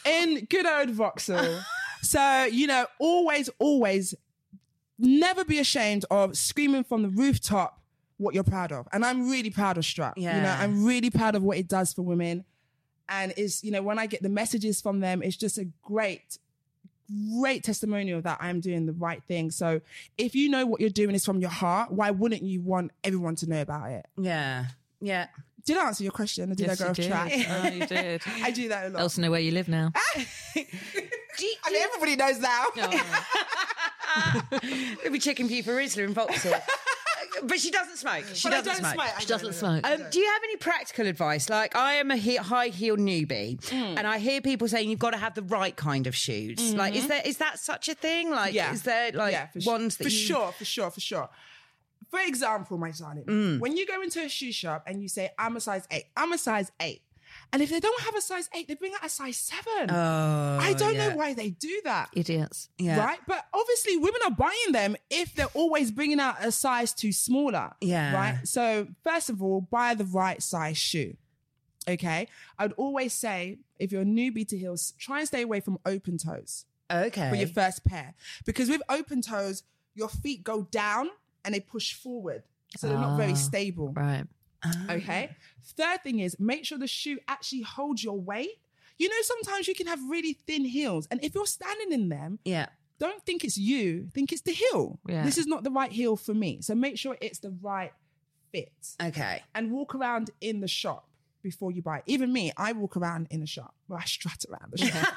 [SPEAKER 4] In good old Vauxhall. so, you know, always, always never be ashamed of screaming from the rooftop what you're proud of. And I'm really proud of Strut. You know,
[SPEAKER 7] Yeah.
[SPEAKER 4] I'm really proud of what it does for women. And it's, you know, when I get the messages from them, it's just a great, great testimonial that I'm doing the right thing. So if you know what you're doing is from your heart, why wouldn't you want everyone to know about it?
[SPEAKER 7] Yeah. Yeah.
[SPEAKER 4] Did I answer your question? Or did I go off track? Ah!
[SPEAKER 3] Oh, you did.
[SPEAKER 4] I do that a lot.
[SPEAKER 3] Also know where you live now.
[SPEAKER 4] I mean, everybody knows now.
[SPEAKER 7] It'll be chicken pea for Rizla in Vauxhall. but she doesn't smoke. She
[SPEAKER 4] But I
[SPEAKER 7] doesn't
[SPEAKER 4] don't
[SPEAKER 7] smoke.
[SPEAKER 4] smoke. I
[SPEAKER 3] She
[SPEAKER 4] don't,
[SPEAKER 3] doesn't
[SPEAKER 4] I don't.
[SPEAKER 3] smoke.
[SPEAKER 7] Um, do you have any practical advice? Like, I am a he- high heel newbie,
[SPEAKER 4] Hmm.
[SPEAKER 7] and I hear people saying you've got to have the right kind of shoes. Like, is there is that such a thing? Like, is there like
[SPEAKER 4] Mm-hmm. Yeah, for su-
[SPEAKER 7] ones that
[SPEAKER 4] for
[SPEAKER 7] you-
[SPEAKER 4] sure, for sure, for sure. For example, my darling,
[SPEAKER 7] Mm.
[SPEAKER 4] when you go into a shoe shop and you say, "I'm a size eight, I'm a size eight. and if they don't have a size eight, they bring out a size seven. I don't know why they do that.
[SPEAKER 3] Idiots.
[SPEAKER 7] Oh, Yeah.
[SPEAKER 4] Right? But obviously, women are buying them if they're always bringing out a size too smaller.
[SPEAKER 7] Yeah.
[SPEAKER 4] Right? So, first of all, buy the right size shoe. Okay? I'd always say if you're a newbie to heels, try and stay away from open toes
[SPEAKER 7] Okay.
[SPEAKER 4] for your first pair. Because with open toes, your feet go down and they push forward. So they're not very stable.
[SPEAKER 3] Ah. Right.
[SPEAKER 4] Okay. Third thing is make sure the shoe actually holds your weight. You know, sometimes you can have really thin heels, and if you're standing in them,
[SPEAKER 7] yeah.
[SPEAKER 4] don't think it's you, think it's the heel.
[SPEAKER 3] Yeah.
[SPEAKER 4] This is not the right heel for me. So make sure it's the right fit
[SPEAKER 7] Okay.
[SPEAKER 4] and walk around in the shop before you buy. Even me, I walk around in the shop. Well, I strut around the shop.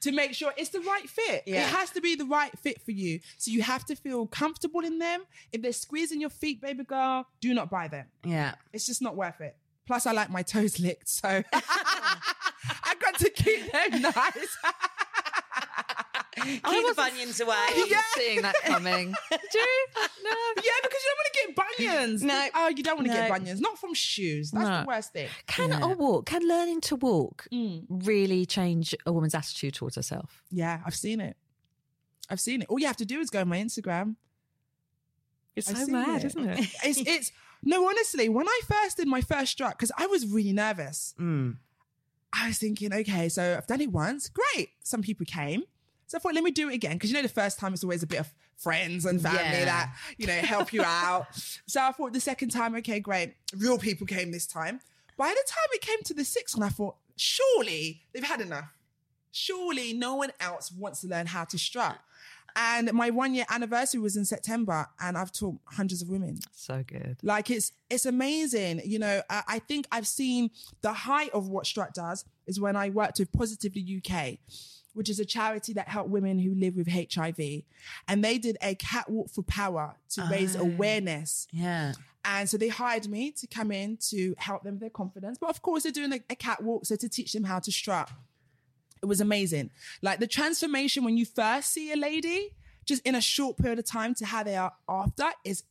[SPEAKER 4] To make sure it's the right fit.
[SPEAKER 7] Yeah.
[SPEAKER 4] It has to be the right fit for you. So you have to feel comfortable in them. If they're squeezing your feet, baby girl, do not buy them.
[SPEAKER 7] Yeah.
[SPEAKER 4] It's just not worth it. Plus, I like my toes licked, so I got to keep them nice.
[SPEAKER 7] Keep the bunions away.
[SPEAKER 4] yeah.
[SPEAKER 3] Seeing that coming.
[SPEAKER 4] Do No. Yeah, because you don't want to get bunions.
[SPEAKER 7] No.
[SPEAKER 4] Oh, you don't want to get
[SPEAKER 7] No.
[SPEAKER 4] bunions. Not from shoes. That's
[SPEAKER 3] No.
[SPEAKER 4] the worst thing.
[SPEAKER 3] Can a walk, can learning to walk
[SPEAKER 8] Mm.
[SPEAKER 3] really change a woman's attitude towards herself?
[SPEAKER 4] Yeah, I've seen it. I've seen it. All you have to do is go on my Instagram.
[SPEAKER 3] It's
[SPEAKER 4] I've
[SPEAKER 3] so
[SPEAKER 4] seen
[SPEAKER 3] mad,
[SPEAKER 4] it.
[SPEAKER 3] is isn't it?
[SPEAKER 4] It's it's no, honestly, when I first did my first strut, because I was really nervous.
[SPEAKER 7] Mm.
[SPEAKER 4] I was thinking, okay, so I've done it once. Great. Some people came. So I thought, let me do it again. Because you know, the first time it's always a bit of friends and family
[SPEAKER 7] Yeah.
[SPEAKER 4] that, you know, help you out. So I thought the second time, okay, great. Real people came this time. By the time it came to the sixth one, I thought, surely they've had enough. Surely no one else wants to learn how to strut. And my one year anniversary was in September, and I've taught hundreds of women.
[SPEAKER 3] so good.
[SPEAKER 4] Like it's it's amazing. You know, I, I think I've seen the height of what Strut does is when I worked with Positively UK, which is a charity that helped women who live with HIV. And they did a catwalk for power to raise awareness.
[SPEAKER 7] Yeah.
[SPEAKER 4] And so they hired me to come in to help them with their confidence. But of course, they're doing a, a catwalk, so to teach them how to strut. It was amazing. Like the transformation when you first see a lady, just in a short period of time to how they are after is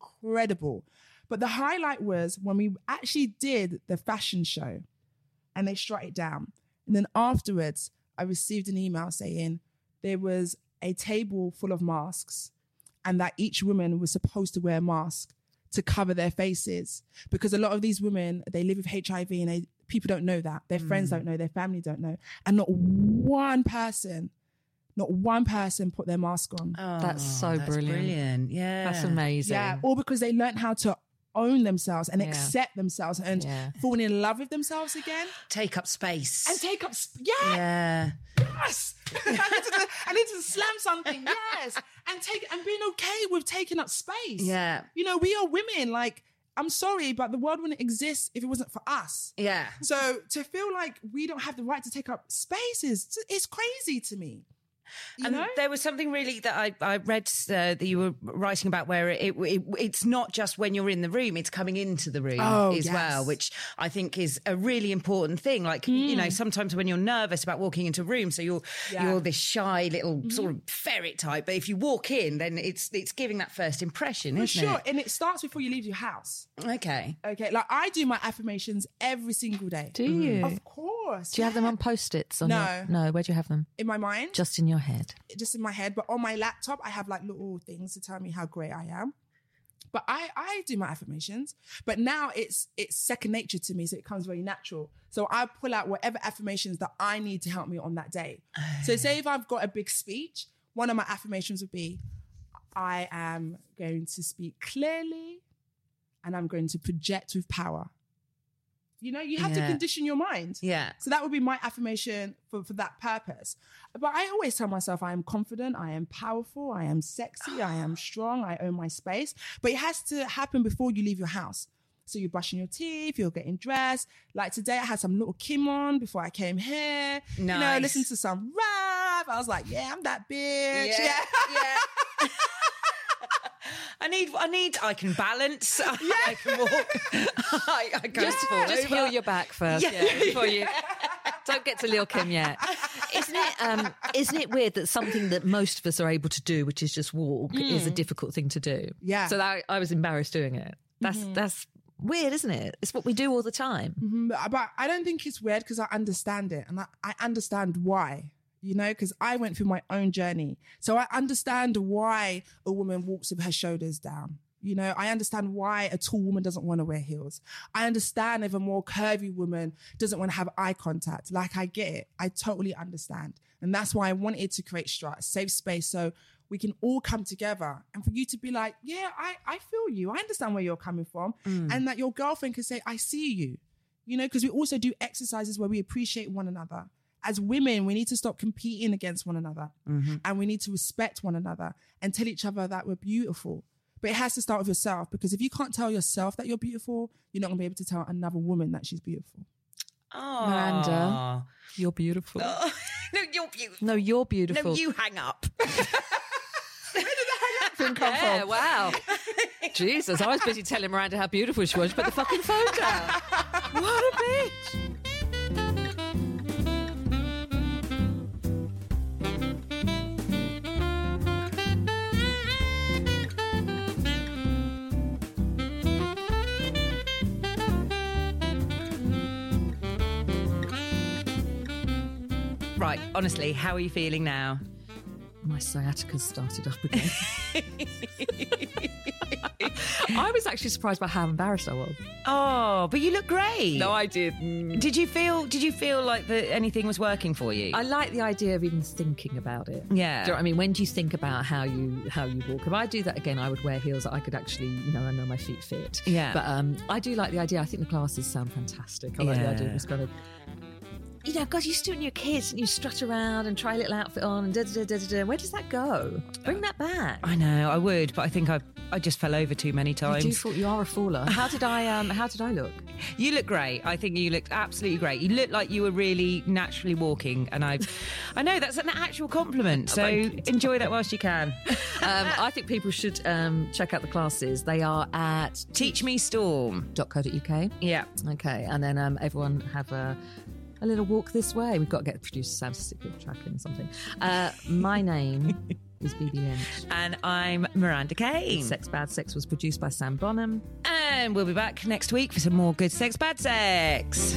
[SPEAKER 4] incredible. But the highlight was when we actually did the fashion show and they shut it down. And then afterwards, I received an email saying there was a table full of masks and that each woman was supposed to wear a mask to cover their faces because a lot of these women they live with HIV and they people don't know that their
[SPEAKER 3] Mm.
[SPEAKER 4] friends don't know their family don't know and not one person not one person put their mask on
[SPEAKER 3] That's so
[SPEAKER 7] Oh, that's
[SPEAKER 3] brilliant.
[SPEAKER 7] brilliant. Yeah.
[SPEAKER 3] That's amazing.
[SPEAKER 4] yeah all because they learned how to own themselves and
[SPEAKER 3] Yeah.
[SPEAKER 4] accept themselves and
[SPEAKER 3] Yeah.
[SPEAKER 4] fall in love with themselves again
[SPEAKER 7] Take up space.
[SPEAKER 4] and take up sp- yeah,
[SPEAKER 7] yeah.
[SPEAKER 4] yes I, need to, I need to slam something yes and take and being okay with taking up space
[SPEAKER 7] Yeah.
[SPEAKER 4] you know we are women like i'm sorry but the world wouldn't exist if it wasn't for us
[SPEAKER 7] Yeah.
[SPEAKER 4] so to feel like we don't have the right to take up spaces it's crazy to me you
[SPEAKER 7] and
[SPEAKER 4] know
[SPEAKER 7] there was something really that I, I read uh, that you were writing about where it, it it's not just when you're in the room, it's coming into the room
[SPEAKER 4] Oh,
[SPEAKER 7] as
[SPEAKER 4] yes.
[SPEAKER 7] well, which I think is a really important thing. Like you
[SPEAKER 4] Mm.
[SPEAKER 7] know, sometimes when you're nervous about walking into a room, so you're you're this shy little
[SPEAKER 4] Mm-hmm.
[SPEAKER 7] sort of ferret type, but if you walk in, then it's it's giving that first impression,
[SPEAKER 4] for
[SPEAKER 7] isn't
[SPEAKER 4] sure and it starts before you leave your house
[SPEAKER 7] it? Okay.
[SPEAKER 4] okay like i do my affirmations every single day
[SPEAKER 3] Do
[SPEAKER 8] Mm.
[SPEAKER 3] you?
[SPEAKER 4] of course
[SPEAKER 3] Do you have them
[SPEAKER 4] yeah.
[SPEAKER 3] on post its?
[SPEAKER 4] No.
[SPEAKER 3] no, where do you have them?
[SPEAKER 4] in my mind
[SPEAKER 3] Just in your head.
[SPEAKER 4] just in my head, but on my laptop, I have like little things to tell me how great I am. But I, I do my affirmations, but now it's it's second nature to me, so it comes very natural. So I pull out whatever affirmations that I need to help me on that day. So say if I've got a big speech, one of my affirmations would be, I am going to speak clearly, and I'm going to project with power. You know, you have to
[SPEAKER 7] Yeah.
[SPEAKER 4] condition your mind.
[SPEAKER 7] Yeah.
[SPEAKER 4] So that would be my affirmation for, for that purpose. But I always tell myself I am confident, I am powerful, I am sexy, I am strong, I own my space. But it has to happen before you leave your house. So you're brushing your teeth, you're getting dressed. Like today, I had some little Kim on before I came here. You know,
[SPEAKER 7] Nice.
[SPEAKER 4] listen to some rap. I was like, yeah, I'm that bitch.
[SPEAKER 7] Yeah.
[SPEAKER 4] Yeah.
[SPEAKER 7] yeah.
[SPEAKER 1] I need, I need, I can balance. I can walk. I, I can
[SPEAKER 8] Just,
[SPEAKER 1] fall
[SPEAKER 8] just
[SPEAKER 1] over.
[SPEAKER 8] heal your back first
[SPEAKER 1] Yeah.
[SPEAKER 8] yeah, before you. Don't get to Lil Kim yet.
[SPEAKER 3] Isn't it? Um, isn't it weird that something that most of us are able to do, which is just walk,
[SPEAKER 8] Mm.
[SPEAKER 3] is a difficult thing to do?
[SPEAKER 4] Yeah.
[SPEAKER 3] So that, I was embarrassed doing it. That's
[SPEAKER 4] Mm-hmm.
[SPEAKER 8] Mm-hmm.
[SPEAKER 3] that's weird, isn't it? It's what we do all the time.
[SPEAKER 4] But, but I don't think it's weird because I understand it and I, I understand why, you know, because I went through my own journey. So I understand why a woman walks with her shoulders down. You know, I understand why a tall woman doesn't want to wear heels. I understand if a more curvy woman doesn't want to have eye contact. Like, I get it. I totally understand. And that's why I wanted to create Strut, a safe space. So we can all come together and for you to be like, yeah, I, I feel you. I understand where you're coming from. And that your girlfriend can say, I see you you know, because we also do exercises where we appreciate one another. As women, we need to stop competing against one another and we need to respect one another and tell each other that we're beautiful. But it has to start with yourself because if you can't tell yourself that you're beautiful, you're not going to be able to tell another woman that she's beautiful.
[SPEAKER 1] Aw.
[SPEAKER 3] Miranda. You're beautiful.
[SPEAKER 1] no, you're beautiful.
[SPEAKER 3] No, you're beautiful.
[SPEAKER 1] No, you hang up.
[SPEAKER 8] Yeah, wow. Jesus, I was busy telling Miranda how beautiful she was. She put the fucking phone down.
[SPEAKER 3] what a bitch.
[SPEAKER 1] Right, honestly, how are you feeling now?
[SPEAKER 3] My sciatica's started up again. I was actually surprised by how embarrassed I was.
[SPEAKER 1] Oh, but you look great.
[SPEAKER 3] I didn't.
[SPEAKER 1] Did you feel? Did you feel like that anything was working for you?
[SPEAKER 3] I like the idea of even thinking about it.
[SPEAKER 1] Yeah.
[SPEAKER 3] Do you know what I mean? When do you think about how you how you walk? If I do that again, I would wear heels that I could actually, you know, I know my feet fit.
[SPEAKER 1] Yeah.
[SPEAKER 3] But um, I do like the idea. I think the classes sound fantastic. I like the
[SPEAKER 1] Yeah.
[SPEAKER 3] idea of this kind of you know, God, you used to do it when you were kids and you strut around and try a little outfit on and da da da da da. da. Where does that go? Bring that back.
[SPEAKER 1] I know I would, but I think I I just fell over too many
[SPEAKER 3] I do
[SPEAKER 1] times.
[SPEAKER 3] thought you are a faller. How did I um how did I look?
[SPEAKER 1] You look great. I think you looked absolutely great. You looked like you were really naturally walking, and I, I know that's an actual compliment. So enjoy that whilst you can.
[SPEAKER 3] Um, I think people should um, check out the classes. They are at
[SPEAKER 1] Teach me storm.
[SPEAKER 3] teach.co.uk.
[SPEAKER 1] Yeah.
[SPEAKER 3] Okay, and then um, everyone have a, a little walk this way. We've got to get the producer Sam to stick with tracking or something. Uh, my name is BB Lynch.
[SPEAKER 1] And I'm Miranda Kane.
[SPEAKER 3] Sex Bad Sex was produced by Sam Bonham.
[SPEAKER 1] And we'll be back next week for some more good sex, bad sex.